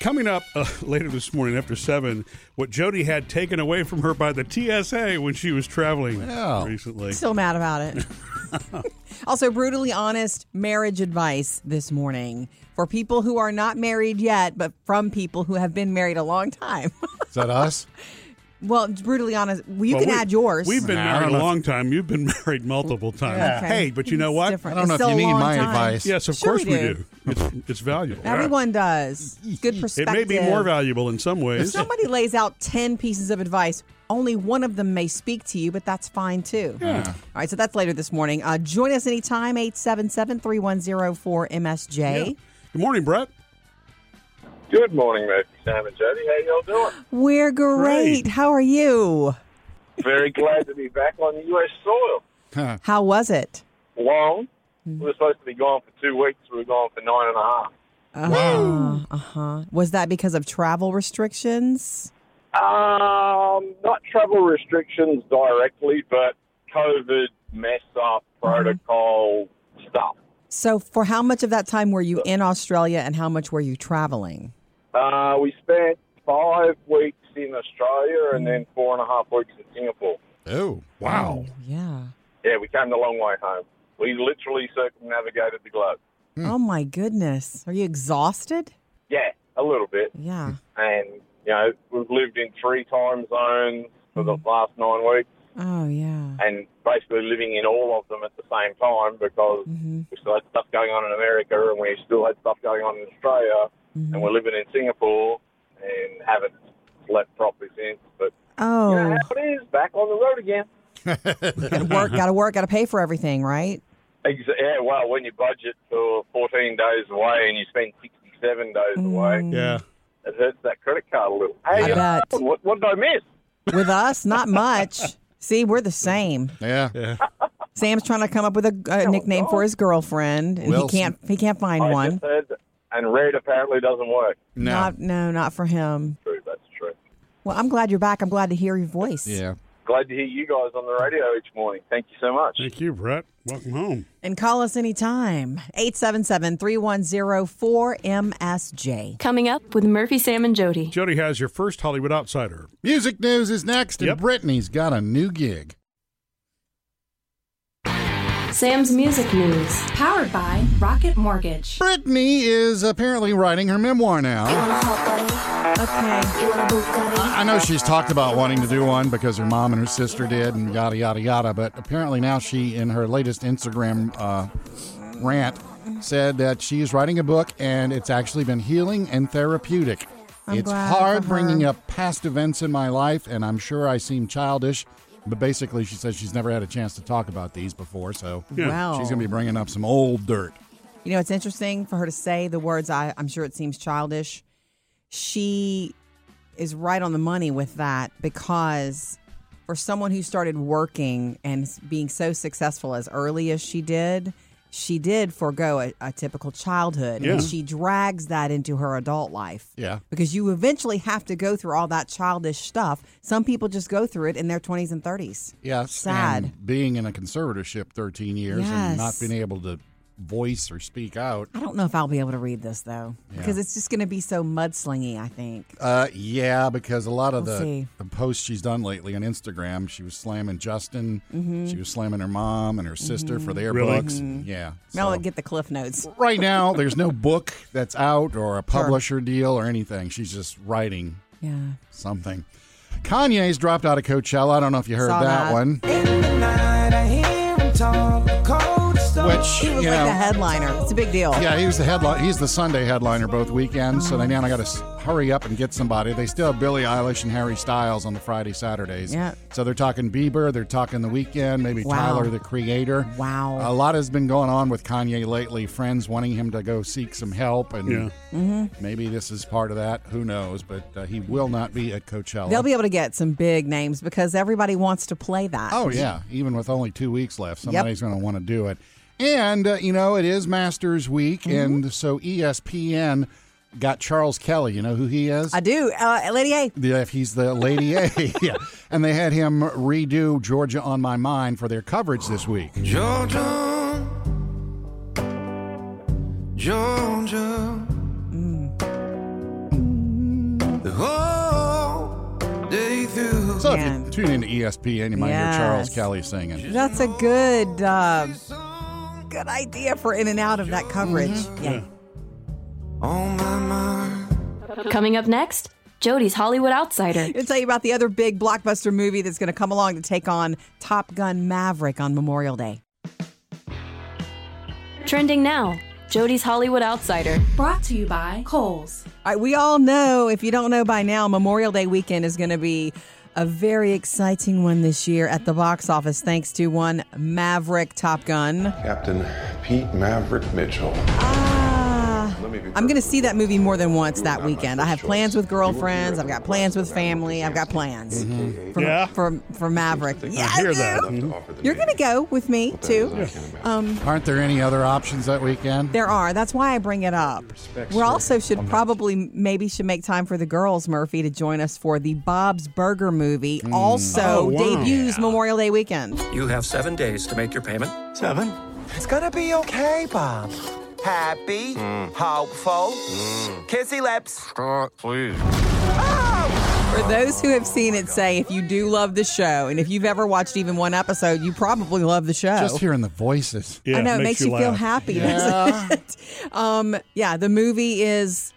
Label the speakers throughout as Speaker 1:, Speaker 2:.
Speaker 1: Coming up uh, later this morning after 7, what Jody had taken away from her by the TSA when she was traveling
Speaker 2: Wow.
Speaker 1: recently.
Speaker 3: Still mad about it. also, brutally honest marriage advice this morning for people who are not married yet, but from people who have been married a long time.
Speaker 2: Is that us?
Speaker 3: well, brutally honest, well, you
Speaker 1: Well,
Speaker 3: can
Speaker 1: we-
Speaker 3: add yours.
Speaker 1: We've been
Speaker 2: Nah, I
Speaker 1: married
Speaker 2: don't
Speaker 1: a
Speaker 2: know if-
Speaker 1: long time. You've been married multiple times.
Speaker 3: Okay.
Speaker 1: Hey, but you know
Speaker 3: It's
Speaker 1: what?
Speaker 3: different.
Speaker 2: I don't know
Speaker 3: It's
Speaker 2: if
Speaker 3: still
Speaker 2: you
Speaker 3: a
Speaker 2: need
Speaker 3: long
Speaker 2: my
Speaker 3: time.
Speaker 2: advice.
Speaker 1: Yes, of
Speaker 3: Sure
Speaker 1: course
Speaker 3: we
Speaker 1: we
Speaker 3: do.
Speaker 1: do. It's, it's valuable.
Speaker 3: Everyone does. Good
Speaker 1: It
Speaker 3: perspective.
Speaker 1: may be more valuable in some ways.
Speaker 3: If somebody lays out 10 pieces of advice, only one of them may speak to you, but that's fine too. All right, so that's later this morning. Uh, join us anytime, 877 3104
Speaker 1: Yeah.
Speaker 3: MSJ.
Speaker 1: Good morning, Brett.
Speaker 4: Good morning, Murphy, Sam, and Jody. How y'all doing?
Speaker 3: We're great.
Speaker 1: Great.
Speaker 3: How are you?
Speaker 4: Very glad to be back on U.S. soil.
Speaker 2: Huh.
Speaker 3: How was it?
Speaker 4: Long. We were supposed to be gone for two weeks. We were gone for nine and a half.
Speaker 2: Wow.
Speaker 3: Uh huh. Was that because of travel restrictions?
Speaker 4: Um, not travel restrictions directly, but COVID mess up protocol stuff.
Speaker 3: So, for how much of that time were you in Australia and how much were you traveling?
Speaker 4: Uh, we spent five weeks in Australia and then four and a half weeks in Singapore.
Speaker 2: Oh,
Speaker 1: Wow.
Speaker 3: Yeah.
Speaker 4: Yeah, we came the long way home. We literally circumnavigated the globe.
Speaker 3: Oh my goodness. Are you exhausted?
Speaker 4: Yeah, a little bit.
Speaker 3: Yeah.
Speaker 4: and you know we've lived in three time zones for
Speaker 3: Mm-hmm.
Speaker 4: the last nine weeks,
Speaker 3: Oh, yeah.
Speaker 4: and basically living in all of them at the same time because
Speaker 3: Mhm.
Speaker 4: we still had stuff going on in America, and we still had stuff going on in Australia,
Speaker 3: Mm-hmm.
Speaker 4: and we're living in Singapore, and haven't slept properly since. But you know
Speaker 3: Oh.
Speaker 4: how it is, back on the road again.
Speaker 3: gotta work, gotta work, gotta pay for everything, right?
Speaker 4: Ex- yeah, well, when you budget for 14 days away and you spend 67 days away,
Speaker 3: Mm-hmm.
Speaker 1: Yeah.
Speaker 4: it hurts that credit card a little.
Speaker 3: Mm. I
Speaker 4: Hey, uh,
Speaker 3: bet.
Speaker 4: what, what did I miss?
Speaker 3: With us, not much. See, we're the same.
Speaker 2: yeah.
Speaker 1: Yeah.
Speaker 3: Sam's trying to come up with a, a nickname for his girlfriend, and
Speaker 2: Wilson.
Speaker 3: he can't. He can't find
Speaker 4: I
Speaker 3: one.
Speaker 4: just heard that- and red apparently doesn't work.
Speaker 2: No.
Speaker 3: Not, no, not for him.
Speaker 4: True, that's true.
Speaker 3: Well, I'm glad you're back. I'm glad to hear your voice.
Speaker 2: yeah.
Speaker 4: Glad to hear you guys on the radio each morning. Thank you so much.
Speaker 1: Thank you, Brett. Welcome home.
Speaker 3: And call us anytime. 877-310-4MSJ.
Speaker 5: Coming up with Murphy, Sam, and Jody.
Speaker 1: Jody has your first Hollywood Outsider.
Speaker 2: Music news is next, and
Speaker 1: Yep.
Speaker 2: Brittany's got a new gig.
Speaker 5: Sam's Music News.
Speaker 6: Powered by Rocket Mortgage.
Speaker 2: Brittany is apparently writing her memoir now.
Speaker 3: Okay.
Speaker 2: I know she's talked about wanting to do one because her mom and her sister did, and yada yada yada. But apparently now she, in her latest Instagram uh, rant, said that she's writing a book, and it's actually been healing and therapeutic.
Speaker 3: I'm
Speaker 2: it's
Speaker 3: glad
Speaker 2: hard
Speaker 3: for
Speaker 2: bringing
Speaker 3: her.
Speaker 2: up past events in my life, and I'm sure I seem childish. But basically, she says she's never had a chance to talk about these before, so
Speaker 1: Yeah.
Speaker 3: Wow.
Speaker 2: she's going to be bringing up some old dirt.
Speaker 3: You know, it's interesting for her to say the words. I, I'm sure it seems childish. She is right on the money with that because for someone who started working and being so successful as early as she did, she did forego a, a typical childhood.
Speaker 1: Yeah.
Speaker 3: And she drags that into her adult life.
Speaker 2: Yeah.
Speaker 3: Because you eventually have to go through all that childish stuff. Some people just go through it in their 20s and 30s.
Speaker 2: Yes.
Speaker 3: Sad.
Speaker 2: And being in a conservatorship 13 years and not
Speaker 3: Yes.
Speaker 2: being able to voice or speak out.
Speaker 3: I don't know if I'll be able to read this though, because it's just going to be so mudslingy, I think.
Speaker 2: Uh, yeah, because a lot of
Speaker 3: We'll
Speaker 2: the,
Speaker 3: see.
Speaker 2: the posts she's done lately on Instagram, she was slamming Justin,
Speaker 3: Mm-hmm.
Speaker 2: she was slamming her mom and her sister for their
Speaker 1: Really?
Speaker 2: books. Yeah.
Speaker 3: Now
Speaker 2: so-
Speaker 3: let's Mm-hmm. get the cliff notes.
Speaker 2: right now, there's no book that's out or a publisher deal or anything. She's just writing
Speaker 3: Yeah.
Speaker 2: something. Kanye's dropped out of Coachella. I don't know if you heard
Speaker 3: Saw
Speaker 2: that,
Speaker 3: that.
Speaker 2: one. Which
Speaker 3: He was
Speaker 2: you
Speaker 3: like
Speaker 2: know,
Speaker 3: the headliner. It's a big deal.
Speaker 2: Yeah, he was the headline. He's the Sunday headliner both weekends. So they now got to hurry up and get somebody. They still have Billie Eilish and Harry Styles on the Friday Saturdays.
Speaker 3: Yeah.
Speaker 2: So they're talking Bieber. They're talking the weekend. Maybe
Speaker 3: Wow.
Speaker 2: Tyler the Creator.
Speaker 3: Wow.
Speaker 2: A lot has been going on with Kanye lately. Friends wanting him to go seek some help, and
Speaker 1: Yeah.
Speaker 3: Mm-hmm.
Speaker 2: maybe this is part of that. Who knows? But uh, he will not be at Coachella.
Speaker 3: They'll be able to get some big names because everybody wants to play that.
Speaker 2: Oh yeah, even with only two weeks left, somebody's going to want to do it. And uh, you know, it is Masters Week, and so E ESPN got Charles Kelly. You know who he is?
Speaker 3: I do. Uh, Lady A.
Speaker 2: Yeah, if he's the Lady A. yeah. And they had him redo Georgia on My Mind for their coverage this week.
Speaker 7: Georgia,
Speaker 2: Mm.
Speaker 7: Georgia,
Speaker 2: Well, if
Speaker 3: man.
Speaker 2: you tune into E ESPN, you might
Speaker 3: Yes.
Speaker 2: hear Charles Kelly singing.
Speaker 3: That's a good uh, good idea for in and out of that coverage.
Speaker 2: Mm-hmm.
Speaker 3: Yeah.
Speaker 5: Coming up next, Jody's Hollywood Outsider.
Speaker 3: I'll tell you about the other big blockbuster movie that's going to come along to take on Top Gun Maverick on Memorial Day.
Speaker 5: Trending now, Jody's Hollywood Outsider.
Speaker 6: Brought to you by Kohl's.
Speaker 3: All right, we all know, if you don't know by now, Memorial Day weekend is going to be a very exciting one this year at the box office, thanks to one Maverick Top Gun.
Speaker 7: Captain Pete Maverick Mitchell.
Speaker 3: Ah,
Speaker 7: Let me be
Speaker 3: I'm going to
Speaker 7: perfectly
Speaker 3: see that movie more than once
Speaker 7: You
Speaker 3: that
Speaker 7: were not my
Speaker 3: weekend. I
Speaker 7: first
Speaker 3: have
Speaker 7: choice.
Speaker 3: plans with
Speaker 7: You were here
Speaker 3: girlfriends. I've
Speaker 7: when
Speaker 3: got
Speaker 7: I
Speaker 3: plans with
Speaker 7: was Maverick
Speaker 3: family. I've got plans for,
Speaker 1: Yeah.
Speaker 3: for, for Maverick. Yeah, I
Speaker 1: hear
Speaker 3: do.
Speaker 1: that.
Speaker 7: left to offer the
Speaker 3: Mm-hmm. You're going to
Speaker 7: meeting.
Speaker 3: go with me,
Speaker 7: Well, that is
Speaker 3: too.
Speaker 7: not canon.
Speaker 2: Aren't there any other options that weekend?
Speaker 3: There are. That's why I bring it up. We also should probably maybe should make time for the girls, Murphy, to join us for the Bob's Burger movie. Also
Speaker 1: Oh, wow.
Speaker 3: debuts Memorial Day weekend.
Speaker 8: You have seven days to make your payment.
Speaker 9: Seven. It's gonna be okay, Bob. Happy, hopeful, kissy lips.
Speaker 8: please.
Speaker 3: For those who have seen it, say if you do love the show, and if you've ever watched even one episode, you probably love the show.
Speaker 2: Just hearing the voices.
Speaker 1: Yeah,
Speaker 3: I know it makes, you, feel
Speaker 1: laugh.
Speaker 3: happy. doesn't it? um, yeah, the movie is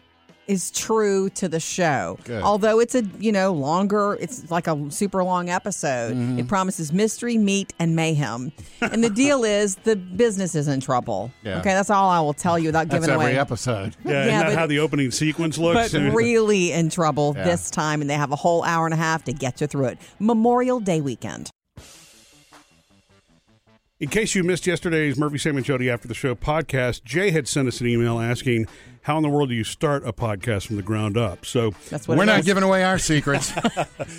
Speaker 3: is true to the show.
Speaker 2: Good.
Speaker 3: Although it's a you know longer, it's like a super long episode.
Speaker 2: Mm-hmm.
Speaker 3: It promises mystery, meat, and mayhem. And the deal is the business is in trouble.
Speaker 2: Yeah.
Speaker 3: Okay, that's all I will tell you without
Speaker 2: That's
Speaker 3: giving
Speaker 2: every
Speaker 3: away.
Speaker 2: episode.
Speaker 1: Yeah,
Speaker 3: Yeah,
Speaker 1: isn't
Speaker 3: but-
Speaker 1: that how the opening sequence looks?
Speaker 3: But really in trouble
Speaker 2: Yeah.
Speaker 3: this time, and they have a whole hour and a half to get you through it. Memorial Day weekend.
Speaker 1: In case you missed yesterday's Murphy, Sam, and Jody After the Show podcast, Jay had sent us an email asking, How in the world do you start a podcast from the ground up? So
Speaker 3: That's what
Speaker 2: We're
Speaker 3: it
Speaker 2: not
Speaker 3: is.
Speaker 2: giving away our secrets.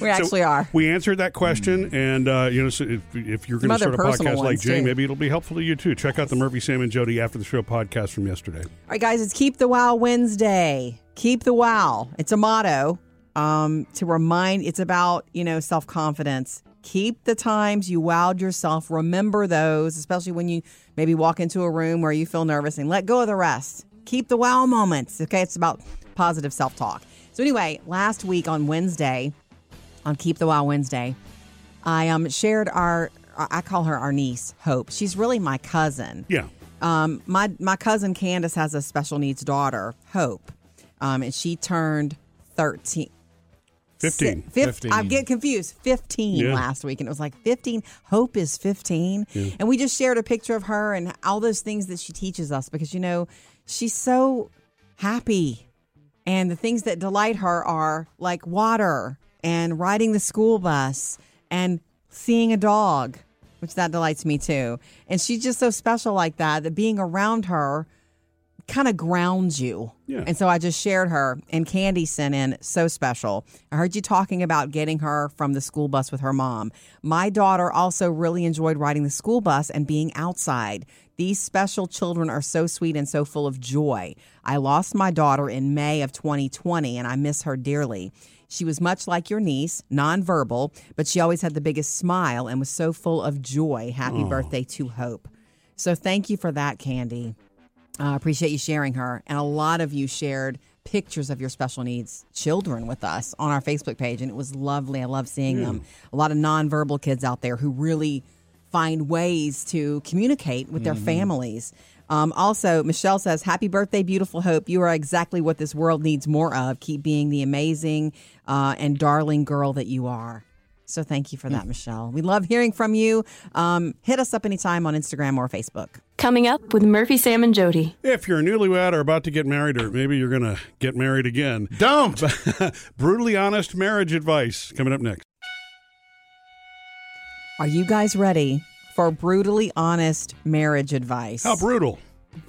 Speaker 3: We actually are.
Speaker 1: We answered that question, and uh, you know, so if, if you're
Speaker 3: Some
Speaker 1: going to start
Speaker 3: other
Speaker 1: a
Speaker 3: personal
Speaker 1: podcast like
Speaker 3: ones,
Speaker 1: Jay,
Speaker 3: too.
Speaker 1: maybe it'll be helpful to you too. Check out the Murphy, Sam, and Jody after the show podcast from yesterday.
Speaker 3: All right, guys, it's Keep the Wow Wednesday. Keep the wow. It's a motto um, to remind, it's about, you know, self confidence. Keep the times you wowed yourself. Remember those, especially when you maybe walk into a room where you feel nervous and let go of the rest. Keep the wow moments. Okay, it's about positive self talk. So, anyway, last week on Wednesday, on Keep the Wow Wednesday, I um, shared our, I call her our niece, Hope. She's really my cousin.
Speaker 1: Yeah,
Speaker 3: Um, my my cousin Candace has a special needs daughter, Hope, um, and she turned thirteen.
Speaker 1: fifteen.
Speaker 3: Si- fif-
Speaker 2: 15.
Speaker 3: I get confused. Fifteen
Speaker 1: Yeah.
Speaker 3: last week, and it was like fifteen. Hope is fifteen, and we just shared a picture of her and all those things that she teaches us because you know she's so happy, and the things that delight her are like water and riding the school bus and seeing a dog, which that delights me too. And she's just so special like that that being around her kind of grounds you.
Speaker 1: Yeah.
Speaker 3: And so I just shared her, and Candy sent in so special. I heard you talking about getting her from the school bus with her mom. My daughter also really enjoyed riding the school bus and being outside. These special children are so sweet and so full of joy. I lost my daughter in May of 2020, and I miss her dearly. She was much like your niece, nonverbal, but she always had the biggest smile and was so full of joy. Happy birthday to Hope. So thank you for that, Candy. I appreciate you sharing her. And a lot of you shared pictures of your special needs children with us on our Facebook page. And it was lovely. I love seeing them. A lot of nonverbal kids out there who really find ways to communicate with their families. Um, also, Michelle says, Happy birthday, beautiful Hope. You are exactly what this world needs more of. Keep being the amazing uh, and darling girl that you are. So thank you for that, Michelle. We love hearing from you. Um, hit us up anytime on Instagram or Facebook.
Speaker 5: Coming up with Murphy, Sam, and Jody.
Speaker 1: If you're a newlywed or about to get married, or maybe you're going to get married again,
Speaker 2: Don't.
Speaker 1: brutally honest marriage advice coming up next.
Speaker 3: Are you guys ready for brutally honest marriage advice?
Speaker 1: How brutal!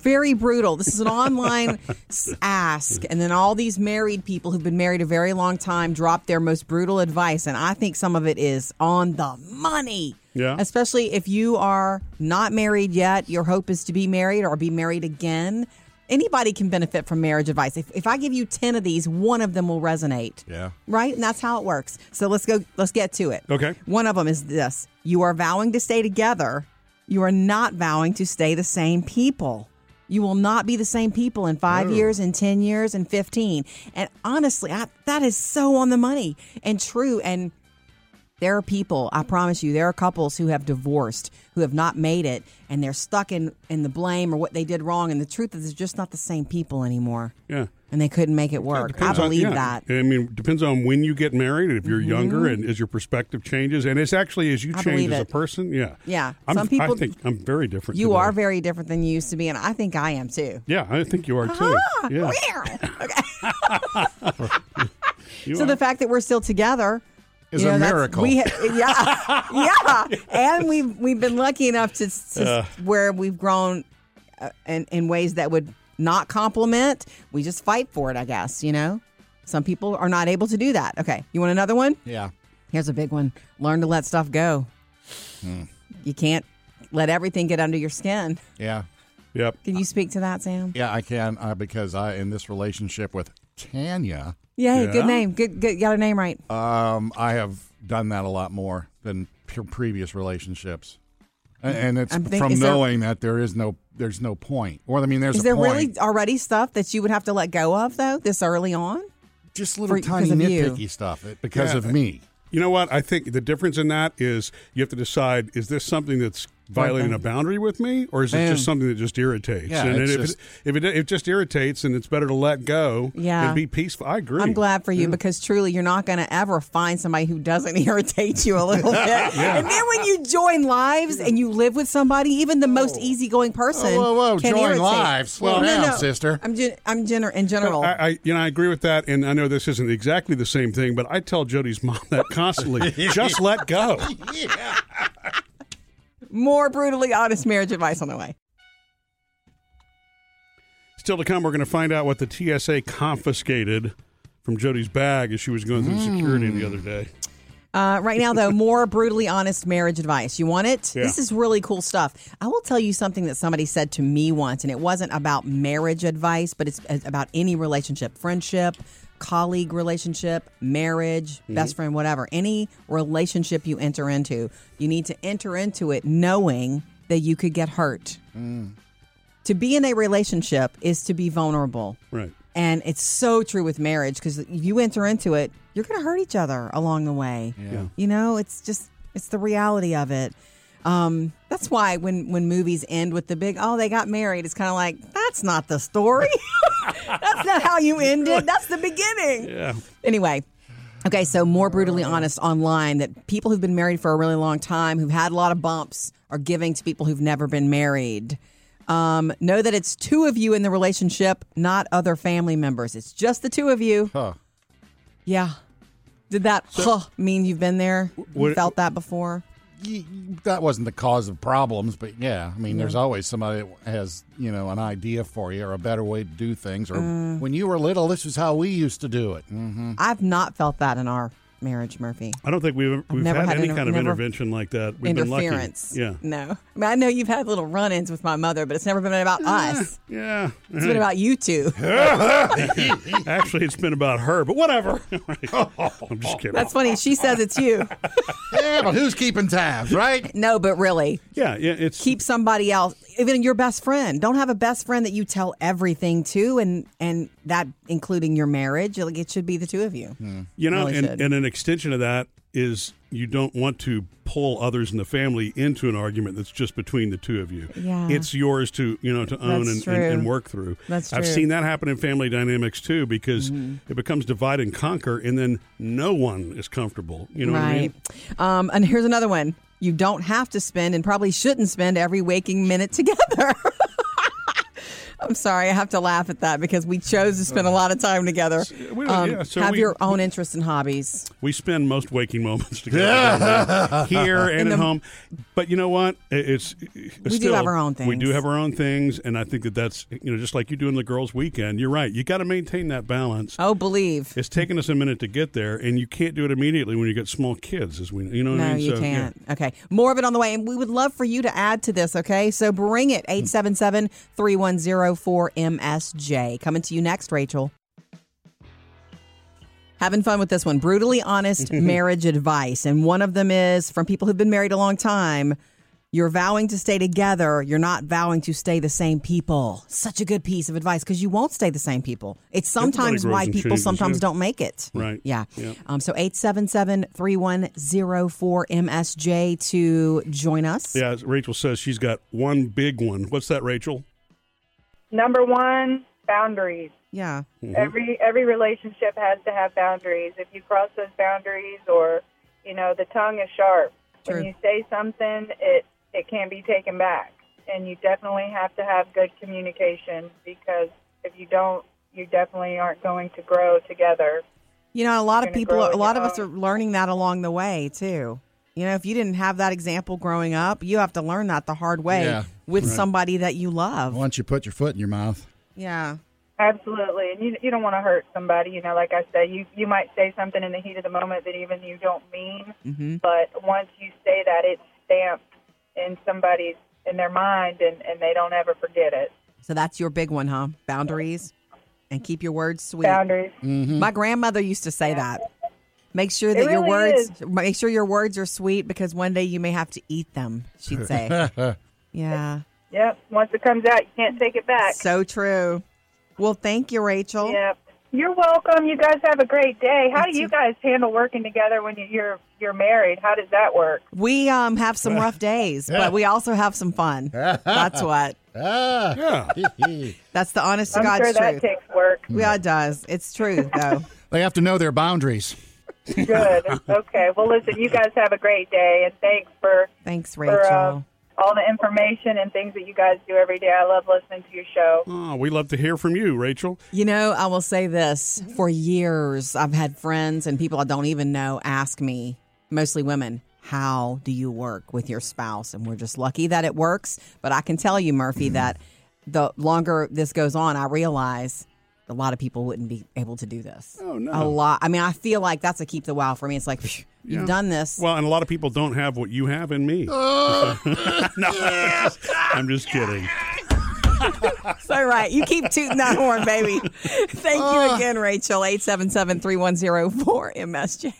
Speaker 3: very brutal. This is an online s- ask, and then all these married people who've been married a very long time drop their most brutal advice, and I think some of it is on the money.
Speaker 1: Yeah.
Speaker 3: Especially if you are not married yet, your hope is to be married or be married again. Anybody can benefit from marriage advice. If, if I give you 10 of these, one of them will resonate.
Speaker 2: Yeah.
Speaker 3: Right? And that's how it works. So let's go, let's get to it.
Speaker 1: Okay.
Speaker 3: One of them is this you are vowing to stay together, you are not vowing to stay the same people. You will not be the same people in five
Speaker 1: Oh.
Speaker 3: years, in 10 years, in 15. And honestly, I, that is so on the money and true. And There are people, I promise you, there are couples who have divorced, who have not made it, and they're stuck in, in the blame or what they did wrong. And the truth is, they're just not the same people anymore.
Speaker 1: Yeah.
Speaker 3: And they couldn't make it work. I
Speaker 1: Depends on-
Speaker 3: believe
Speaker 1: yeah.
Speaker 3: that. Mm-hmm.
Speaker 1: I mean, depends on when you get married, if you're younger, and as your perspective changes, and it's actually as you
Speaker 3: I
Speaker 1: change
Speaker 3: believe
Speaker 1: as a
Speaker 3: it.
Speaker 1: person. Yeah,
Speaker 3: Yeah.
Speaker 1: I'm,
Speaker 3: Some people-
Speaker 1: I think I'm very different.
Speaker 3: You
Speaker 1: today.
Speaker 3: are very different than you used to be, and I think I am too.
Speaker 1: Yeah, I think you are too. Yeah, you
Speaker 3: So
Speaker 1: are.
Speaker 3: the fact that we're still together
Speaker 2: Is
Speaker 3: you
Speaker 2: a
Speaker 3: that's-
Speaker 2: miracle.
Speaker 3: We ha- yeah, yeah, and we've we've been lucky enough to, to where we've grown uh, in in ways that would not compliment. We just fight for it, I guess. You know, some people are not able to do that. Okay, you want another one?
Speaker 2: Yeah.
Speaker 3: Here's a big one: learn to let stuff go.
Speaker 2: Hmm.
Speaker 3: You can't let everything get under your skin.
Speaker 2: Yeah.
Speaker 1: yep.
Speaker 3: Can you speak to that, Sam?
Speaker 2: Yeah, I can uh, because I in this relationship with Tanya,
Speaker 1: Yeah.
Speaker 3: Yay, good name. Good, good. Got her name right.
Speaker 2: um, I have done that a lot more than pre- previous relationships, A- and it's
Speaker 3: Mm-hmm. I'm think-
Speaker 2: from
Speaker 3: is there-
Speaker 2: knowing that there is no there's no point. Or I mean, there's
Speaker 3: Is
Speaker 2: a
Speaker 3: there
Speaker 2: point.
Speaker 3: really already stuff that you would have to let go of though this early on?
Speaker 2: just little
Speaker 3: for-
Speaker 2: tiny
Speaker 3: because of you?
Speaker 2: nitpicky stuff it- because
Speaker 1: Yeah.
Speaker 2: of me.
Speaker 1: You know what? I think the difference in that is you have to decide: is this something that's violating a boundary with me, or is it
Speaker 2: Man.
Speaker 1: just something that just irritates?
Speaker 2: Yeah,
Speaker 1: and
Speaker 2: it's
Speaker 1: if,
Speaker 2: just-
Speaker 1: it, if it if it just irritates, and it's better to let go.
Speaker 3: Yeah.
Speaker 1: and be peaceful. I agree.
Speaker 3: I'm glad for you because truly, you're not going to ever find somebody who doesn't irritate you a little bit. And then when you join lives and you live with somebody, even the most easygoing person,
Speaker 2: Oh. Whoa, whoa, whoa,
Speaker 3: can
Speaker 2: join
Speaker 3: irritate.
Speaker 2: lives. Slow
Speaker 3: No,
Speaker 2: down,
Speaker 3: no.
Speaker 2: sister.
Speaker 3: I'm gen- I'm gener- in
Speaker 1: No,
Speaker 3: general.
Speaker 1: I, I, you know, I agree with that, and I know this isn't exactly the same thing, but I tell Jody's mom that constantly. Just let go.
Speaker 3: More brutally honest marriage advice on the way.
Speaker 1: Still to come, we're going to find out what the TSA confiscated from Jody's bag as she was going through
Speaker 3: Hmm.
Speaker 1: security the other day.
Speaker 3: Uh, right now, though, more brutally honest marriage advice. You want it?
Speaker 1: Yeah.
Speaker 3: This is really cool stuff. I will tell you something that somebody said to me once, and it wasn't about marriage advice, but it's it's about any relationship friendship, colleague relationship, marriage, best friend, whatever. Any relationship you enter into, you need to enter into it knowing that you could get hurt. To be in a relationship is to be vulnerable.
Speaker 1: Right.
Speaker 3: And it's so true with marriage because if you enter into it, you're going to hurt each other along the way.
Speaker 1: Yeah.
Speaker 3: You know, it's just it's the reality of it. Um, that's why when when movies end with the big oh they got married, it's kind of like that's not the story. that's not how you end it. That's the beginning.
Speaker 1: Yeah.
Speaker 3: Anyway. Okay, so more brutally honest online that people who've been married for a really long time, who've had a lot of bumps, are giving to people who've never been married. Um, know that it's two of you in the relationship, not other family members. It's just the two of you.
Speaker 2: Huh.
Speaker 3: Yeah. Did that huh mean you've been there?
Speaker 1: what-
Speaker 3: you felt that before?
Speaker 2: Y- That wasn't the cause of problems, but yeah, I mean, there's always somebody that has you know an idea for you or a better way to do things. Or
Speaker 3: Uh.
Speaker 2: when you were little, this is how we used to do it. Mm-hmm.
Speaker 3: I've not felt that in our marriage, Murphy.
Speaker 1: I don't think we've, we've
Speaker 3: never
Speaker 1: had,
Speaker 3: had
Speaker 1: any
Speaker 3: inter-
Speaker 1: kind of
Speaker 3: never-
Speaker 1: intervention like that. We've
Speaker 3: Interference.
Speaker 1: been lucky.
Speaker 3: No. I mean, I know you've had little run ins with my mother, but it's never been about us.
Speaker 1: Yeah.
Speaker 3: It's been about you two.
Speaker 1: Yeah. Actually, it's been about her, but whatever. I'm just kidding.
Speaker 3: That's funny. She says it's you.
Speaker 2: yeah, but who's keeping tabs, right?
Speaker 3: No, but really,
Speaker 1: yeah. Yeah. It's
Speaker 3: keep somebody else, even your best friend. Don't have a best friend that you tell everything to, and and that including your marriage. Like, It should be the two of you.
Speaker 1: You know,
Speaker 3: Really
Speaker 1: and,
Speaker 3: should.
Speaker 1: and an extension of that is you don't want to pull others in the family into an argument that's just between the two of you.
Speaker 3: Yeah.
Speaker 1: It's yours to, you know, to own and,
Speaker 3: That's
Speaker 1: and, and
Speaker 3: true.
Speaker 1: work through.
Speaker 3: That's
Speaker 1: I've
Speaker 3: true. Mm-hmm.
Speaker 1: seen that happen in family dynamics too because it becomes divide and conquer and then no one is comfortable. You know what I mean?
Speaker 3: Um, and here's another one. You don't have to spend and probably shouldn't spend every waking minute together. I'm sorry, I have to laugh at that because we chose to spend a lot of time together.
Speaker 1: Uh,
Speaker 3: Um,
Speaker 1: we don't- yeah, so
Speaker 3: have
Speaker 1: we-
Speaker 3: your own interests and hobbies.
Speaker 1: We spend most waking moments together don't we? here and at
Speaker 3: the-
Speaker 1: home. But you know what? It- It's we
Speaker 3: do have our own
Speaker 1: We do
Speaker 3: things.
Speaker 1: have our own things, and I think that that's you know just like you do in the girls' weekend. You're right. You got to maintain that balance.
Speaker 3: Oh, believe.
Speaker 1: It's taken us a minute to get there, and you can't do it immediately when you got small kids, as we you know. what I
Speaker 3: No,
Speaker 1: mean?
Speaker 3: you
Speaker 1: So, yeah.
Speaker 3: can't. Okay. More of it on the way. And we would love for you to add to this, okay? So bring
Speaker 1: Hmm.
Speaker 3: it 877 310 4MSJ. Coming to you next, Rachel. Having fun with this one. Brutally honest marriage advice. And one of them is from people who've been married a long time You're vowing to stay together. You're not vowing to stay the same people. Such a good piece of advice because you won't stay the same people. It's sometimes
Speaker 1: grows
Speaker 3: why
Speaker 1: and
Speaker 3: people
Speaker 1: changes,
Speaker 3: sometimes
Speaker 1: yeah.
Speaker 3: don't make it.
Speaker 1: Right.
Speaker 3: Yeah.
Speaker 1: Yep.
Speaker 3: Um, so 877-3104-MSJ to join us.
Speaker 1: Yeah, as Rachel says she's got one big one. What's that, Rachel?
Speaker 10: Number one, boundaries.
Speaker 3: Yeah.
Speaker 10: Every every relationship has to have boundaries. If you cross those boundaries, or you know, the tongue is sharp.
Speaker 3: True.
Speaker 10: When you say something, it it can be taken back, and you definitely have to have good communication because if you don't, you definitely aren't going to grow together.
Speaker 3: You know, a lot of
Speaker 10: Gonna
Speaker 3: people,
Speaker 10: grow
Speaker 3: a
Speaker 10: on
Speaker 3: lot of
Speaker 10: your
Speaker 3: us are
Speaker 10: own.
Speaker 3: learning that along the way too. You know, if you didn't have that example growing up, you have to learn that the hard way
Speaker 2: Yeah.
Speaker 3: with somebody that you love.
Speaker 2: Once you put your foot in your mouth,
Speaker 3: Yeah.
Speaker 10: Absolutely, and you you don't want to hurt somebody. You know, like I said, you you might say something in the heat of the moment that even you don't mean,
Speaker 3: Mm-hmm.
Speaker 10: but once you say that, it's stamped in somebody's in their mind, and and they don't ever forget it.
Speaker 3: So that's your big one, huh? Boundaries and keep your words sweet.
Speaker 10: Boundaries.
Speaker 3: My grandmother used to say that. Make sure that your
Speaker 10: really
Speaker 3: words
Speaker 10: is.
Speaker 3: make sure your words are sweet because one day you may have to eat them, she'd say. yeah.
Speaker 10: Yep. Once it comes out, you can't take it back.
Speaker 3: So true. Well, thank you, Rachel.
Speaker 10: Yep. You're welcome. You guys have a great day. How do you guys handle working together when you- you're you're married? How does that work?
Speaker 3: We um, have some rough days, but we also have some fun. That's what.
Speaker 2: ah,
Speaker 1: Yeah.
Speaker 3: That's the honest to
Speaker 10: I'm
Speaker 3: God's
Speaker 10: sure that
Speaker 3: truth.
Speaker 10: takes work.
Speaker 3: yeah, it does. It's true, though.
Speaker 2: they have to know their boundaries.
Speaker 10: Good. okay. Well, listen. You guys have a great day, and thanks for
Speaker 3: Thanks, Rachel.
Speaker 10: for uh, all the information and things that you guys do every day. I love listening to your show.
Speaker 1: Oh, we love to hear from you, Rachel.
Speaker 3: You know, I will say this for years, I've had friends and people I don't even know ask me, mostly women, how do you work with your spouse? And we're just lucky that it works. But I can tell you,
Speaker 1: Mm-hmm.
Speaker 3: Murphy, that the longer this goes on, I realize a lot of people wouldn't be able to do this.
Speaker 1: Oh, no.
Speaker 3: A lot. I mean, I feel like that's a keep the wow for me. It's like, phew, you've done this.
Speaker 1: Well, and a lot of people don't have what you have in me.
Speaker 3: Oh,
Speaker 1: no, I'm just kidding.
Speaker 3: so right. You keep tooting that horn, baby. Thank you again, Rachel, 877 310 4MSJ.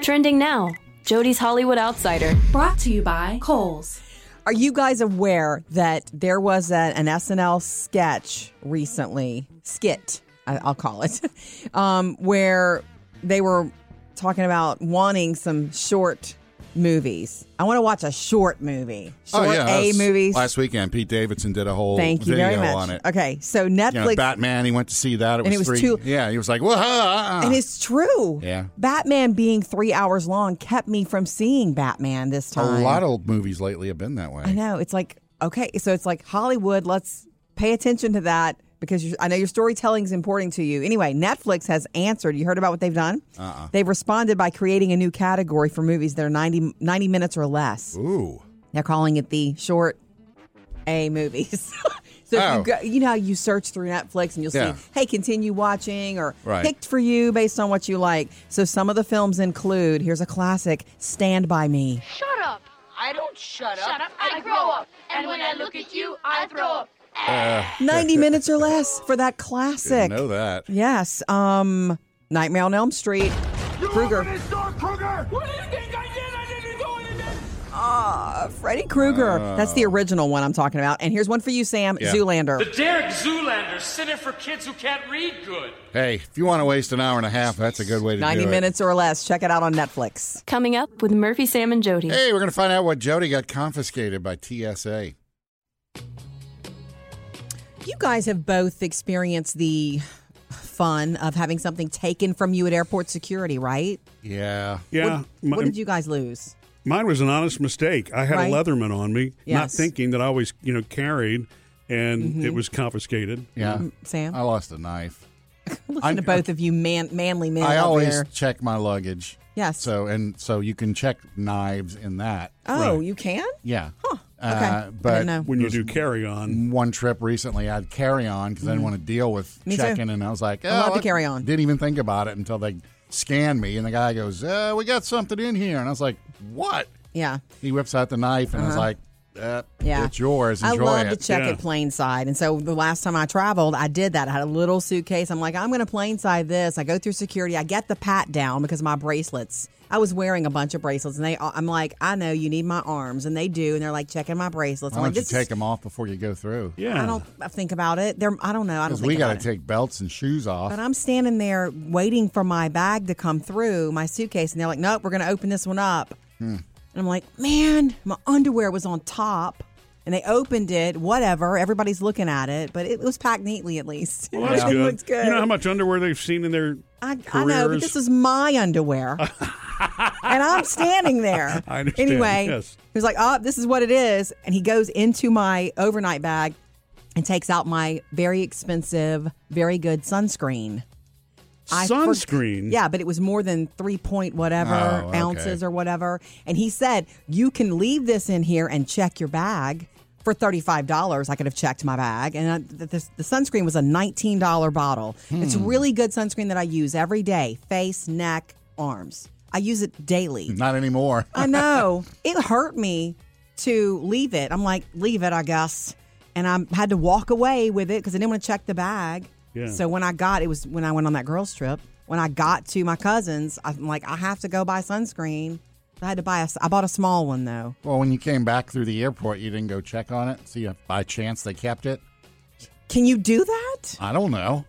Speaker 5: Trending now Jody's Hollywood Outsider.
Speaker 6: Brought to you by Kohl's.
Speaker 3: Are you guys aware that there was a, an SNL sketch recently, skit, I, I'll call it, um, where they were talking about wanting some short movies? I want to watch a short movie, short
Speaker 2: oh yeah, that
Speaker 3: A
Speaker 2: was
Speaker 3: movies.
Speaker 2: Last weekend, Pete Davidson did a whole
Speaker 3: Thank you
Speaker 2: video
Speaker 3: very much.
Speaker 2: on it.
Speaker 3: Okay, so Netflix
Speaker 2: You know, Batman. He went to see that. It was,
Speaker 3: And it was
Speaker 2: three.
Speaker 3: too-
Speaker 2: yeah, he was like, "Whoa!" uh, uh."
Speaker 3: And it's true.
Speaker 2: Yeah.
Speaker 3: Batman being three hours long kept me from seeing Batman this
Speaker 2: a
Speaker 3: time.
Speaker 2: lot of movies lately have been that
Speaker 3: I
Speaker 2: way.
Speaker 3: know. It's like, okay, so it's like Hollywood, let's pay attention to that because you're, I know your storytelling's important to you. Anyway, Netflix has answered. You heard about what they've done? Uh-uh. They've responded by creating a new category for movies that are 90, 90 minutes or less.
Speaker 2: Ooh,
Speaker 3: They're calling it the short A movies. so if
Speaker 2: Oh.
Speaker 3: you go, you know how you search through Netflix and you'll
Speaker 2: Yeah.
Speaker 3: see, hey, continue watching or
Speaker 2: Right.
Speaker 3: picked for you based on what you like. So some of the films include here's a classic, Stand by Me.
Speaker 11: Shut up. I don't shut up. Shut up. I, grow up. And when I look at you, I throw up.
Speaker 3: Ninety minutes or less for that
Speaker 2: I
Speaker 3: classic.
Speaker 2: know that.
Speaker 3: Yes. Um Nightmare on Elm Street. Krueger. Uh, Freddy Krueger. That's the original one I'm talking about. And here's one for you, Sam.
Speaker 2: Oh. Yeah.
Speaker 3: Zoolander.
Speaker 8: Derek Zoolander, Center for Kids Who Can't Read Good.
Speaker 2: Hey, if you want to waste an hour and a half, that's a good way to do it.
Speaker 3: 90 minutes or less. Check it out on Netflix.
Speaker 5: Coming up with Murphy, Sam, and Jody.
Speaker 2: Hey, we're going to find out what Jody got confiscated by TSA.
Speaker 3: You guys have both experienced the fun of having something taken from you at airport security, right?
Speaker 2: Yeah.
Speaker 1: Yeah.
Speaker 3: What
Speaker 1: my-
Speaker 3: did you guys lose?
Speaker 1: Mine was an honest mistake. I had
Speaker 3: Right?
Speaker 1: a Leatherman on me, not
Speaker 3: Yes. Mm-hmm.
Speaker 1: thinking that I always, you know, carried, and it was confiscated.
Speaker 2: Yeah.
Speaker 3: Sam,
Speaker 2: I lost a knife.
Speaker 3: listen
Speaker 2: Oh, I-
Speaker 3: to both of you, man, manly men.
Speaker 2: I
Speaker 3: over
Speaker 2: always
Speaker 3: there.
Speaker 2: check my luggage.
Speaker 3: Yes.
Speaker 2: So and so you can check knives in that.
Speaker 3: Oh,
Speaker 1: Right.
Speaker 3: you can?
Speaker 2: Yeah. Huh.
Speaker 3: Okay. I
Speaker 2: Uh,
Speaker 3: didn't
Speaker 2: but
Speaker 3: know.
Speaker 1: When you do carry on,
Speaker 2: one trip recently, I'd carry on because I didn't want to deal with
Speaker 3: Mm. Me too.
Speaker 2: checking, and I was like, oh,
Speaker 3: love to
Speaker 2: I
Speaker 3: carry on.
Speaker 2: Didn't even think about it until they scanned me, and the guy goes, uh, "We got something in here," and I was like, "What?"
Speaker 3: Yeah.
Speaker 2: He whips out the knife, and I was like, That,
Speaker 3: Uh-huh. Yeah.
Speaker 2: It's yours. Enjoy
Speaker 3: I love
Speaker 2: it.
Speaker 3: to check it plain side. And so the last time I traveled, I did that. I had a little suitcase. I'm like, I'm going to plain side this. I go through security. I get the pat down because my bracelets. I was wearing a bunch of bracelets, and they. I'm like, I know you need my arms, and they do, and they're like checking my bracelets.
Speaker 2: Why
Speaker 3: I'm
Speaker 2: don't
Speaker 3: like,
Speaker 2: you
Speaker 3: this.
Speaker 2: take
Speaker 3: is, Oh
Speaker 2: them off before you go through?
Speaker 3: I don't I think about it. They're, I don't know. I don't.
Speaker 2: Because
Speaker 3: Think
Speaker 2: we
Speaker 3: about
Speaker 2: got to take belts and shoes off.
Speaker 3: But I'm standing there waiting for my bag to come through my suitcase, and they're like, "Nope, we're going to open this one up."
Speaker 2: Hmm.
Speaker 3: And I'm like, "Man, my underwear was on top." And they opened it, whatever. Everybody's looking at it, but it was packed neatly at least.
Speaker 1: Well, that's
Speaker 3: It
Speaker 1: good.
Speaker 3: looked good.
Speaker 1: You know how much underwear they've seen in their
Speaker 3: I,
Speaker 1: careers?
Speaker 3: I know, but this is my underwear. and I'm standing there.
Speaker 1: I understand,
Speaker 3: Anyway,
Speaker 1: yes.
Speaker 3: he was like, oh, this is what it is. And he goes into my overnight bag and takes out my very expensive, very good sunscreen. I for-
Speaker 1: Sunscreen?
Speaker 3: yeah, but it was more than three point whatever
Speaker 1: Oh, okay.
Speaker 3: ounces or whatever. And he said, you can leave this in here and check your bag. For $35, I could have checked my bag. And I, the, the, the sunscreen was a $19 bottle. It's
Speaker 2: Hmm.
Speaker 3: really good sunscreen that I use every day face, neck, arms. I use it daily.
Speaker 2: Not anymore.
Speaker 3: I know. It hurt me to leave it. I'm like, leave it, I guess. And I had to walk away with it because I didn't want to check the bag.
Speaker 12: Yeah.
Speaker 3: So when I got, it was when I went on that girls' trip. When I got to my cousin's, I'm like, I have to go buy sunscreen. I had to buy a, s- I bought a small one though.
Speaker 2: Well, when you came back through the airport, you didn't go check on it. See, if by chance they kept it.
Speaker 3: Can you do that?
Speaker 2: I don't know.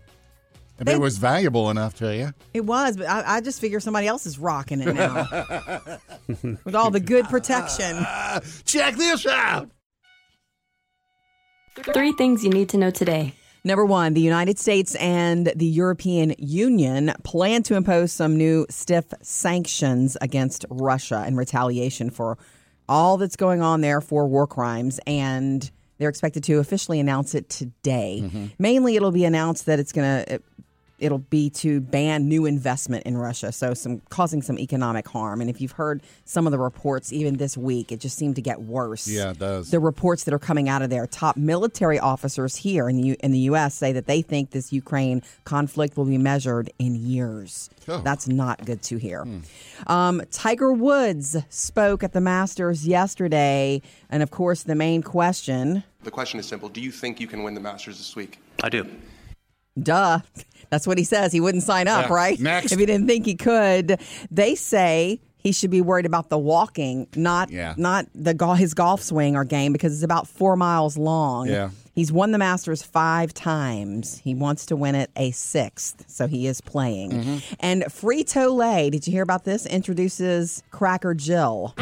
Speaker 2: If
Speaker 3: They-
Speaker 2: it was valuable enough to you.
Speaker 3: It was, but I, I just figure somebody else is rocking it now with all the good protection.
Speaker 2: Check this out.
Speaker 5: Three things you need to know today.
Speaker 3: Number one, the United States and the European Union plan to impose some new stiff sanctions against Russia in retaliation for all that's going on there for war crimes. And they're expected to officially announce it today. Mainly, it'll be announced that it's going to. It'll be to ban new investment in Russia, so some causing some economic harm. And if you've heard some of the reports, even this week, it just seemed to get worse
Speaker 2: Yeah, it does.
Speaker 3: the reports that are coming out of there. Top military officers here in the U- in the U.S. say that they think this Ukraine conflict will be measured in years. That's not good to hear. Um, Tiger Woods spoke at the Masters yesterday, and of course, the main question,
Speaker 13: The question is simple. Do you think you can win the Masters this week? I do.
Speaker 3: duh. That's what he says. He wouldn't sign up,
Speaker 13: Yeah.
Speaker 3: right?
Speaker 13: Next.
Speaker 3: If he didn't think he could. They say he should be worried about the walking, not
Speaker 2: Yeah.
Speaker 3: not the go- his golf swing or game because it's about 4 miles long.
Speaker 2: Yeah.
Speaker 3: He's won the Masters 5 times. He wants to win it a 6th, so he is playing. And Frito Lay, did you hear about this? Introduces Cracker Jill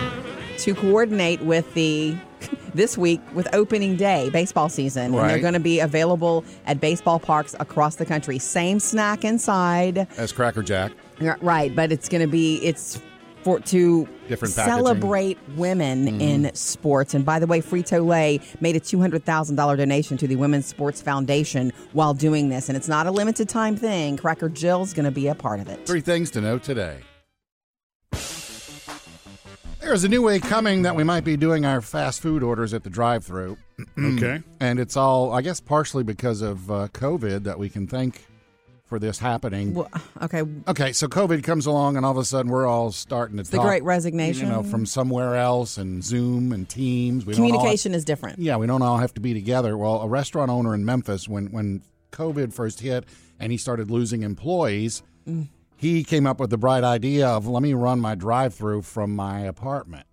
Speaker 3: to coordinate with the this week with opening day baseball season and they're
Speaker 2: Right.
Speaker 3: going to be available at baseball parks across the country same snack inside
Speaker 2: As Cracker Jack.
Speaker 3: Yeah, right but it's going to be it's for to
Speaker 2: Different packaging.
Speaker 3: celebrate women
Speaker 2: Mhm.
Speaker 3: in sports and by the way frito-lay made a $200000 donation to the women's sports foundation while doing this and it's not a limited time thing cracker jill's going to be a part of it
Speaker 2: Three things to know today. There's a new way coming that we might be doing our fast food orders at the drive thru. Hmm.
Speaker 1: Okay.
Speaker 2: And it's all, I guess, partially because of uh, COVID that we can thank for this happening.
Speaker 3: okay.
Speaker 2: Okay, so COVID comes along, and all of a sudden we're all starting to
Speaker 3: the
Speaker 2: talk,
Speaker 3: Great Resignation.
Speaker 2: You know, from somewhere else and Zoom and Teams. We don't all-
Speaker 3: communication is different
Speaker 2: yeah, we don't all have to be together. Well, a restaurant owner in Memphis, when when COVID first hit and he started losing employees,
Speaker 3: Mm.
Speaker 2: he came up with the bright idea of let me run my drive-through from my apartment.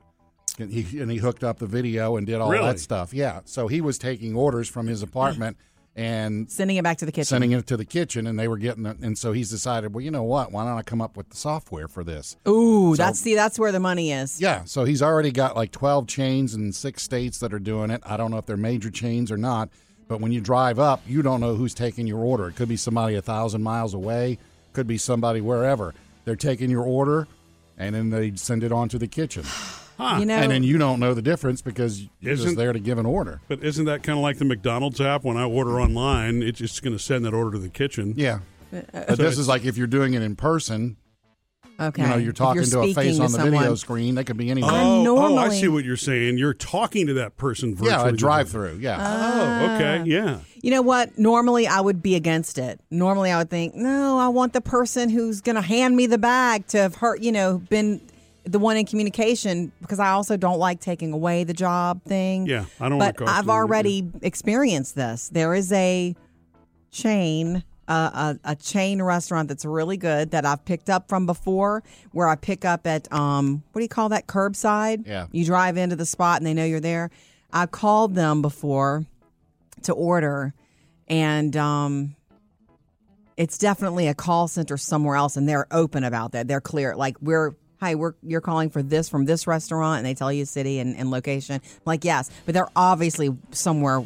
Speaker 2: And he, and he hooked up the video and did all
Speaker 1: Really?
Speaker 2: that stuff. Yeah, so he was taking orders from his apartment and
Speaker 3: sending it back to the kitchen
Speaker 2: sending it to the kitchen, and they were getting it. And so he's decided, well, you know what? Why don't I come up with the software for this?
Speaker 3: Ooh,
Speaker 2: So-
Speaker 3: that's see, that's where the money is.
Speaker 2: Yeah, so he's already got like 12 chains in six states that are doing it. I don't know if they're major chains or not, but when you drive up, you don't know who's taking your order. It could be somebody a thousand miles away, could be somebody wherever. They're taking your order, and then they send it on to the kitchen.
Speaker 3: Oh. You know-
Speaker 2: and then you don't know the difference because you're just
Speaker 1: Isn't-
Speaker 2: there to give an order.
Speaker 1: But isn't that kind of like the McDonald's app? When I order online, it's just going to send that order to the kitchen.
Speaker 2: Yeah.
Speaker 3: Uh,
Speaker 2: But this is like if you're doing it in person.
Speaker 3: Okay.
Speaker 2: You know, you're
Speaker 1: If
Speaker 2: talking
Speaker 1: you're
Speaker 2: to a
Speaker 1: speaking
Speaker 2: face
Speaker 1: to
Speaker 2: on the video
Speaker 1: someone.
Speaker 2: screen. That could be
Speaker 1: Oh,
Speaker 2: anyone.
Speaker 1: oh, I see what you're saying. You're talking to that person virtually.
Speaker 2: Yeah, a drive-through, yeah.
Speaker 3: Uh,
Speaker 1: Oh,
Speaker 3: Ah.
Speaker 1: okay. Yeah.
Speaker 3: You know what? Normally I would be against it. Normally I would think, no, I want the person who's going to hand me the bag to have hurt, you know, been the one in communication because I also don't like taking away the job thing.
Speaker 1: Yeah, I don't wanna
Speaker 3: But
Speaker 1: cost
Speaker 3: I've
Speaker 1: you anything.
Speaker 3: already experienced this. There is a chain, uh, a, a chain restaurant that's really good that I've picked up from before, where I pick up at um, what do you call that curbside?
Speaker 2: Yeah.
Speaker 3: you drive into the spot and they know you're there. I called them before to order, and um, it's definitely a call center somewhere else and they're open about that they're clear like we're hi we're you're calling for this from this restaurant and they tell you city and, and location like yes but they're obviously somewhere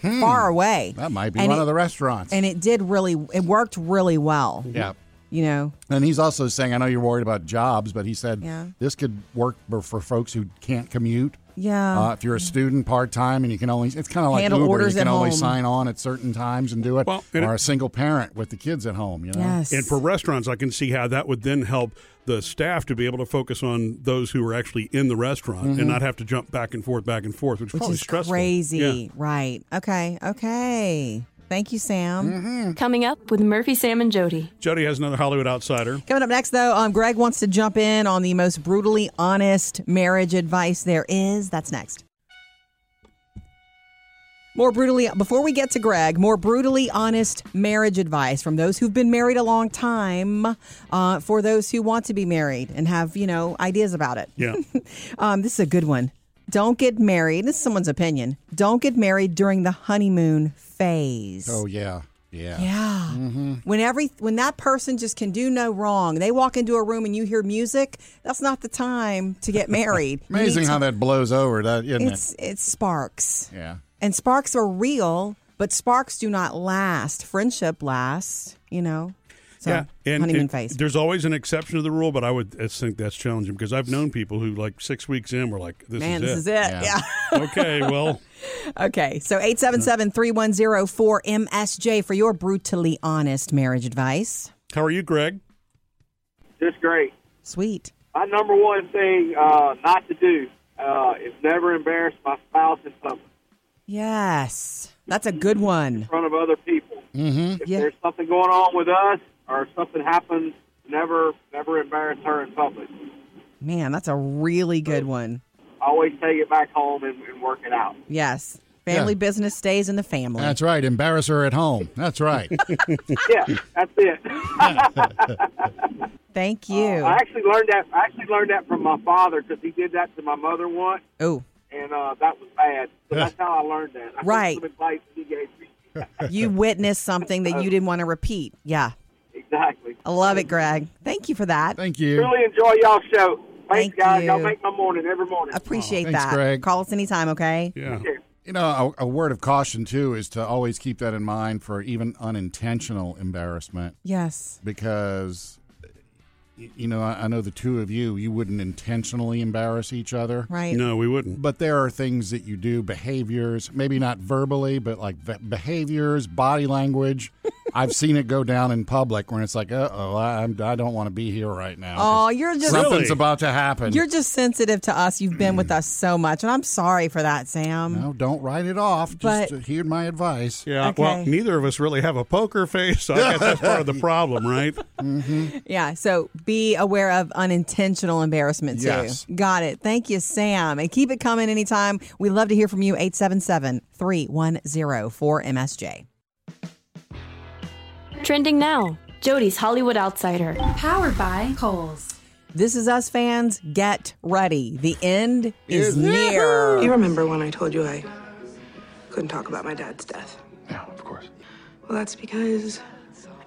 Speaker 3: far away
Speaker 2: Hmm. That might be
Speaker 3: And
Speaker 2: one
Speaker 3: it-
Speaker 2: of the restaurants.
Speaker 3: and it did really it worked really well
Speaker 2: yeah.
Speaker 3: you know
Speaker 2: And he's also saying, I know you're worried about jobs, but he said
Speaker 3: Yeah.
Speaker 2: this could work for, for folks who can't commute.
Speaker 3: Yeah.
Speaker 2: Uh, if you're a student part time and you can only, it's kind of like
Speaker 3: Handle
Speaker 2: Uber,
Speaker 3: orders
Speaker 2: you can
Speaker 3: at
Speaker 2: only
Speaker 3: home.
Speaker 2: sign on at certain times and do it.
Speaker 1: Well, and
Speaker 2: or
Speaker 1: it-
Speaker 2: a single parent with the kids at home, you know?
Speaker 1: And for restaurants, I can see how that would then help the staff to be able to focus on those who are actually in the restaurant
Speaker 3: Mhm.
Speaker 2: Mm-hmm.
Speaker 1: and not have to jump back and forth, back and forth, which, is
Speaker 3: which
Speaker 1: probably
Speaker 3: is
Speaker 1: stressful.
Speaker 3: crazy
Speaker 1: Yeah.
Speaker 3: right okay okay thank you sam
Speaker 1: Mm-hmm.
Speaker 5: Coming up with Murphy, Sam, and Jody.
Speaker 1: Jody has another Hollywood outsider.
Speaker 3: Coming up next, though, um, Greg wants to jump in on the most brutally honest marriage advice there is. That's next. More brutally, before we get to Greg, more brutally honest marriage advice from those who've been married a long time uh, for those who want to be married and have, you know, ideas about it.
Speaker 1: Yeah.
Speaker 3: um, this is a good one. Don't get married. This is someone's opinion. Don't get married during the honeymoon phase.
Speaker 2: Oh, yeah. Yeah.
Speaker 3: Yeah. When every when that person just can do no wrong, they walk into a room and you hear music. That's not the time to get married. You need
Speaker 2: Amazing
Speaker 3: to-
Speaker 2: how that blows over, that, isn't
Speaker 3: it's it's sparks,
Speaker 2: it? Yeah.
Speaker 3: and sparks are real, but sparks do not last. Friendship lasts, you know. So honeymoon
Speaker 1: and
Speaker 3: phase.
Speaker 1: There's always an exception to the rule, but I would I just think that's challenging because I've known people who, like, six weeks in were like, this
Speaker 3: Man,
Speaker 1: is
Speaker 3: this
Speaker 1: it.
Speaker 3: is it. Yeah.
Speaker 1: okay, well,
Speaker 3: Okay. So 877-310-4MSJ for your brutally honest marriage advice.
Speaker 1: how are you, Greg?
Speaker 12: Just great.
Speaker 3: Sweet.
Speaker 12: My number one thing uh, not to do uh, is never embarrass my spouse in something
Speaker 3: Yes. That's a good one.
Speaker 12: in front of other people.
Speaker 3: Mm-hmm.
Speaker 12: If there's something going on with us or something happens, never, never embarrass her in public.
Speaker 3: Man, that's a really
Speaker 2: Oh.
Speaker 3: good one.
Speaker 12: Always take it back home and, and work it out.
Speaker 3: Yes. Family
Speaker 2: Yeah.
Speaker 3: business stays in the family.
Speaker 2: That's right. Embarrass her at home. That's right.
Speaker 12: yeah, that's it.
Speaker 3: Thank you.
Speaker 2: Oh,
Speaker 12: I actually learned that. I actually learned that from my father because he did that to my mother once,
Speaker 3: oh,
Speaker 12: and uh, that was bad. So that's how I learned that. I took
Speaker 3: Right.
Speaker 12: Some advice he gave me.
Speaker 3: you witnessed something that you didn't want to repeat. Yeah.
Speaker 12: Exactly.
Speaker 3: I love it, Greg. Thank you for that.
Speaker 2: Thank
Speaker 12: Really enjoy y'all's show. Thanks,
Speaker 3: Thank
Speaker 12: guys. Y'all
Speaker 3: you.
Speaker 12: make my morning every morning.
Speaker 3: Appreciate
Speaker 2: Thanks,
Speaker 3: that.
Speaker 2: Greg.
Speaker 3: Call us anytime, okay?
Speaker 1: Yeah.
Speaker 2: You know, a, a word of caution, too, is to always keep that in mind for even unintentional embarrassment.
Speaker 3: Yes.
Speaker 2: because y- you know I I know the two of you you wouldn't intentionally embarrass each other
Speaker 3: Right.
Speaker 1: No, we wouldn't.
Speaker 2: but there are things that you do behaviors maybe not verbally but like ve- behaviors body language I've seen it go down in public when it's like uh oh I, I'm- I don't want to be here right now
Speaker 3: Oh, you're just
Speaker 2: something's about to happen
Speaker 3: You're just sensitive to us. You've been
Speaker 2: Mm.
Speaker 3: with us so much, and I'm sorry for that, Sam.
Speaker 2: no don't write it off just uh, hear my advice
Speaker 1: Yeah. Well, neither of us really have a poker face, so I guess that's part of the problem, right?
Speaker 3: Yeah, so be aware of unintentional embarrassment too.
Speaker 1: Yes.
Speaker 3: Got it. Thank you, Sam. And keep it coming anytime. We love to hear from you 877-310-4MSJ.
Speaker 5: Trending now Jody's Hollywood Outsider.
Speaker 6: Powered by Kohl's.
Speaker 3: This is us fans, get ready. The end is,
Speaker 14: Is-
Speaker 3: near.
Speaker 14: You remember when I told you I couldn't talk about my dad's death? Yeah, of course. Well, that's because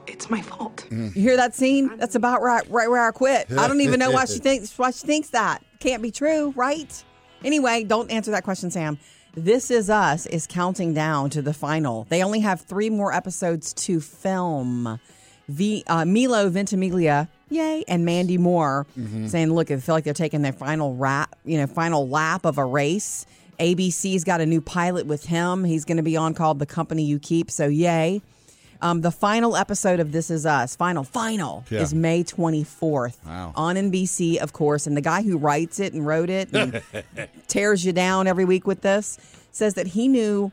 Speaker 14: it's my fault.
Speaker 3: You hear that scene? That's about right right where I quit. I don't even know why she thinks why she thinks that. Can't be true, right? Anyway, don't answer that question, Sam. This is us is counting down to the final. They only have 3 more episodes to film. V, uh, Milo Ventimiglia, yay, and Mandy Moore saying, "Look, I feel like they're taking their final wrap, you know, final lap of a race." ABC's got a new pilot with him. He's going to be on called "The Company You Keep." So, yay! Um, the final episode of This Is Us, final, final,
Speaker 15: Yeah.
Speaker 3: is May 24th on NBC, of course. And the guy who writes it and wrote it and tears you down every week with this says that he knew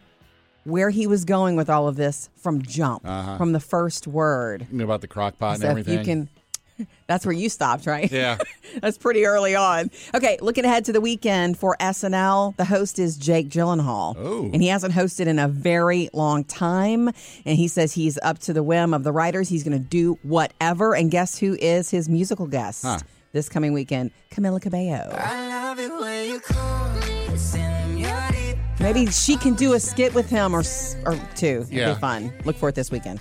Speaker 3: where he was going with all of this from jump,
Speaker 2: Uh-huh.
Speaker 3: from the first word.
Speaker 2: you know about the crock pot and
Speaker 3: So if
Speaker 2: everything
Speaker 3: you can That's where you stopped, right?
Speaker 15: Yeah.
Speaker 3: That's pretty early on. Okay, looking ahead to the weekend for SNL, the host is Jake Gyllenhaal.
Speaker 15: Oh.
Speaker 3: And he hasn't hosted in a very long time. And he says he's up to the whim of the writers. He's going to do whatever. And guess who is his musical guest
Speaker 16: Huh.
Speaker 3: this coming weekend? Camila Cabello.
Speaker 16: I love it when you call me senorita.
Speaker 3: Maybe she can do a skit with him or, s- or two. It'll
Speaker 5: Yeah.
Speaker 3: be fun. Look for it this weekend.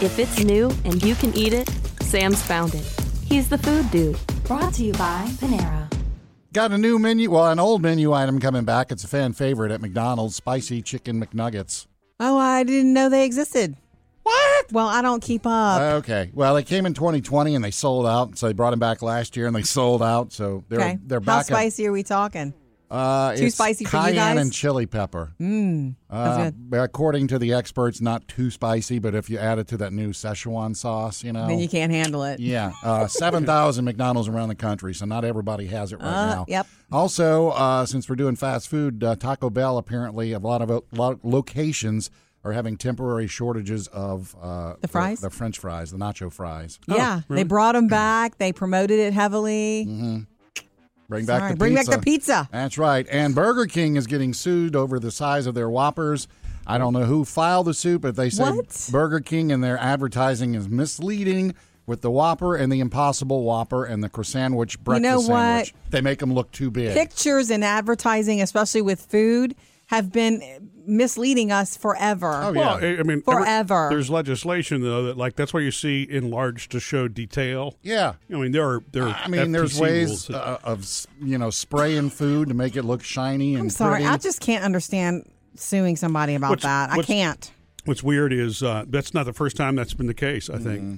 Speaker 5: If it's new and you can eat it, Sam's found it. He's the food dude.
Speaker 6: Brought to you by Panera.
Speaker 2: Got a new menu, well, an old menu item coming back. It's a fan favorite at McDonald's spicy chicken McNuggets.
Speaker 3: Oh, I didn't know they existed. What? Well, I don't keep up.
Speaker 2: Okay. Well, they came in 2020 and they sold out. So they brought them back last year and they sold out. So they're
Speaker 3: okay.
Speaker 2: they're
Speaker 3: How
Speaker 2: back. at-
Speaker 3: spicy are we talking?
Speaker 2: Uh,
Speaker 3: Too
Speaker 2: it's
Speaker 3: spicy for you
Speaker 2: cayenne
Speaker 3: guys?
Speaker 2: and chili pepper.
Speaker 3: Mmm. That's
Speaker 2: Uh,
Speaker 3: good.
Speaker 2: but according to the experts, not too spicy, but if you add it to that new Szechuan sauce, you know.
Speaker 3: Then you can't handle it.
Speaker 2: Yeah, uh, 7,000 McDonald's around the country, so not everybody has it right
Speaker 3: Uh,
Speaker 2: now.
Speaker 3: yep.
Speaker 2: Also, uh, since we're doing fast food, uh, Taco Bell apparently a lot of a lot of locations are having temporary shortages of uh, the
Speaker 3: fries?
Speaker 2: the, French fries, the nacho fries.
Speaker 3: yeah, they brought them back. They promoted it heavily.
Speaker 2: hmm Bring back
Speaker 3: Sorry,
Speaker 2: the
Speaker 3: bring back
Speaker 2: pizza.
Speaker 3: the pizza.
Speaker 2: That's right. And Burger King is getting sued over the size of their Whoppers. I don't know who filed the suit, but they say Burger King and their advertising is misleading with the Whopper and the Impossible Whopper and the croissant sandwich breakfast
Speaker 3: know what?
Speaker 2: sandwich. They make them look too big.
Speaker 3: Pictures and advertising, especially with food, have been misleading us forever.
Speaker 2: Oh,
Speaker 1: Well, I- I mean, every-
Speaker 3: forever.
Speaker 1: there's legislation though that like that's why you see enlarged to show detail.
Speaker 2: Yeah.
Speaker 1: I mean there are there. Are
Speaker 2: I mean, there's
Speaker 1: FTC
Speaker 2: ways
Speaker 1: rules that-
Speaker 2: uh, of s- you know spraying food to make it look shiny and
Speaker 3: I'm sorry,
Speaker 2: pretty.
Speaker 3: I just can't understand suing somebody about
Speaker 1: What's-
Speaker 3: that. I
Speaker 1: what's-
Speaker 3: can't.
Speaker 1: What's weird is uh, that's not the first time that's been the case. I think.
Speaker 2: Mm-hmm.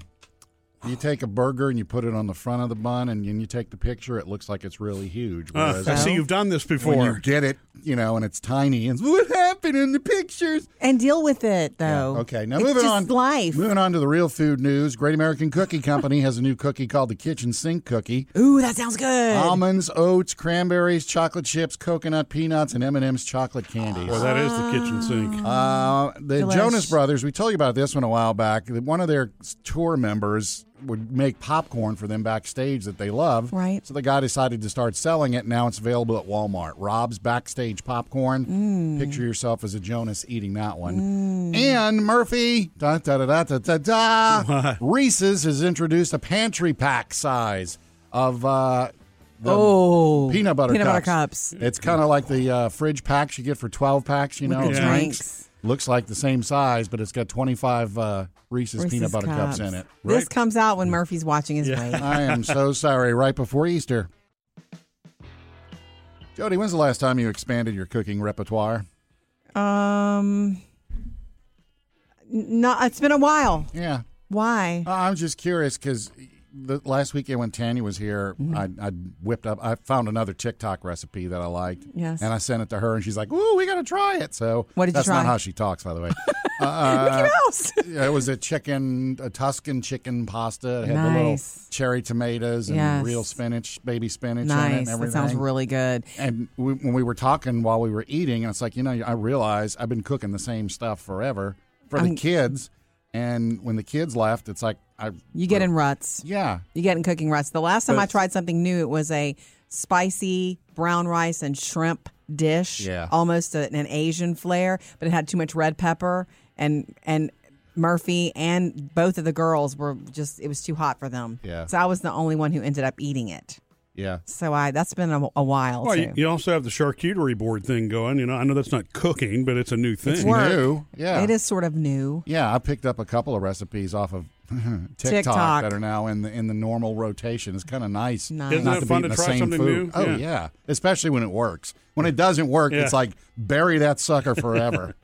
Speaker 2: You take a burger and you put it on the front of the bun, and then you take the picture. It looks like it's really huge.
Speaker 1: Uh, I see you've done this
Speaker 2: When
Speaker 1: before.
Speaker 2: you get it, you know, and it's tiny. And what happened in the pictures?
Speaker 3: And deal with Oh, it though.
Speaker 2: okay, now
Speaker 3: It's
Speaker 2: moving
Speaker 3: just
Speaker 2: on.
Speaker 3: Life.
Speaker 2: Moving on to the real food news. Great American Cookie Company has a new cookie called the Kitchen Sink Cookie.
Speaker 3: Ooh, that sounds good.
Speaker 2: Almonds, oats, cranberries, chocolate chips, coconut peanuts, and M and M's chocolate candies.
Speaker 1: Well, that is the kitchen
Speaker 3: Ah.
Speaker 1: sink.
Speaker 2: Uh, the
Speaker 1: Delish.
Speaker 2: Jonas Brothers, we told you about this one a while back. That one of their tour members would make popcorn for them backstage that they love. Right. So the guy decided to start selling it. Now it's available at Walmart. Rob's Backstage Popcorn.
Speaker 3: Mm.
Speaker 2: Picture yourself as a Jonas eating that one. And Murphy, da da da da da da da. Reese's has introduced a pantry pack size of. Uh, the
Speaker 3: Oh,
Speaker 2: peanut butter
Speaker 3: peanut butter
Speaker 2: cups. It's kind of like the uh, fridge packs you get for twelve packs. You
Speaker 3: With
Speaker 2: know,
Speaker 3: the
Speaker 2: it's
Speaker 3: drinks.
Speaker 2: Looks like the same size, but it's got 25 uh, Reese's, peanut
Speaker 3: Reese's
Speaker 2: butter cups, in it.
Speaker 3: This comes out when Murphy's watching his weight.
Speaker 2: I am so sorry. Right before Easter. Jody, when's the last time you expanded your cooking repertoire?
Speaker 3: Um, n- no, it's been a while.
Speaker 2: Yeah.
Speaker 3: Why?
Speaker 2: Uh, I'm just curious because the last weekend when Tanya was here,
Speaker 3: Mm-hmm.
Speaker 2: I, I whipped up. I found another TikTok recipe that I liked.
Speaker 3: Yes.
Speaker 2: And I sent it to her, and she's like, "Ooh, we gotta try it." So
Speaker 3: What did you
Speaker 2: That's
Speaker 3: try?
Speaker 2: not how she talks, by the way. Uh,
Speaker 3: Mickey Mouse.
Speaker 2: yeah, it was a chicken, a Tuscan chicken pasta. It had the little
Speaker 3: Nice.
Speaker 2: cherry tomatoes and
Speaker 3: Yes.
Speaker 2: real spinach, baby spinach in it
Speaker 3: Nice.
Speaker 2: and
Speaker 3: That
Speaker 2: everything.
Speaker 3: sounds really good.
Speaker 2: And we, when we were talking while we were eating, and it's like, you know, I realize I've been cooking the same stuff forever for the
Speaker 3: I'm-
Speaker 2: kids. And when the kids left, it's like I
Speaker 3: You get in ruts.
Speaker 2: Yeah.
Speaker 3: You get in cooking ruts. The last time
Speaker 2: But-
Speaker 3: I tried something new, it was a spicy brown rice and shrimp dish.
Speaker 2: Yeah.
Speaker 3: Almost a, an Asian flair, but it had too much red pepper and and Murphy and both of the girls were just it was too hot for them.
Speaker 1: Yeah.
Speaker 3: So I was the only one who ended up eating it.
Speaker 2: Yeah.
Speaker 3: So I that's been a, a while
Speaker 1: Well,
Speaker 3: too.
Speaker 1: you, you also have the charcuterie board thing going. You know, I know that's not cooking, but it's a new thing.
Speaker 3: It's work.
Speaker 2: Yeah.
Speaker 3: It is sort of new.
Speaker 2: Yeah, I picked up a couple of recipes off of TikTok,
Speaker 3: TikTok.
Speaker 2: that are now in the in the normal rotation. It's kind of nice.
Speaker 3: Nice. Isn't
Speaker 2: not
Speaker 1: it
Speaker 2: to
Speaker 1: fun
Speaker 2: be eating
Speaker 1: to
Speaker 2: the
Speaker 1: try
Speaker 2: same
Speaker 1: something
Speaker 2: food.
Speaker 1: new?
Speaker 2: Oh
Speaker 1: Yeah.
Speaker 2: yeah. especially when it works. When it doesn't work,
Speaker 1: Yeah.
Speaker 2: it's like bury that sucker forever.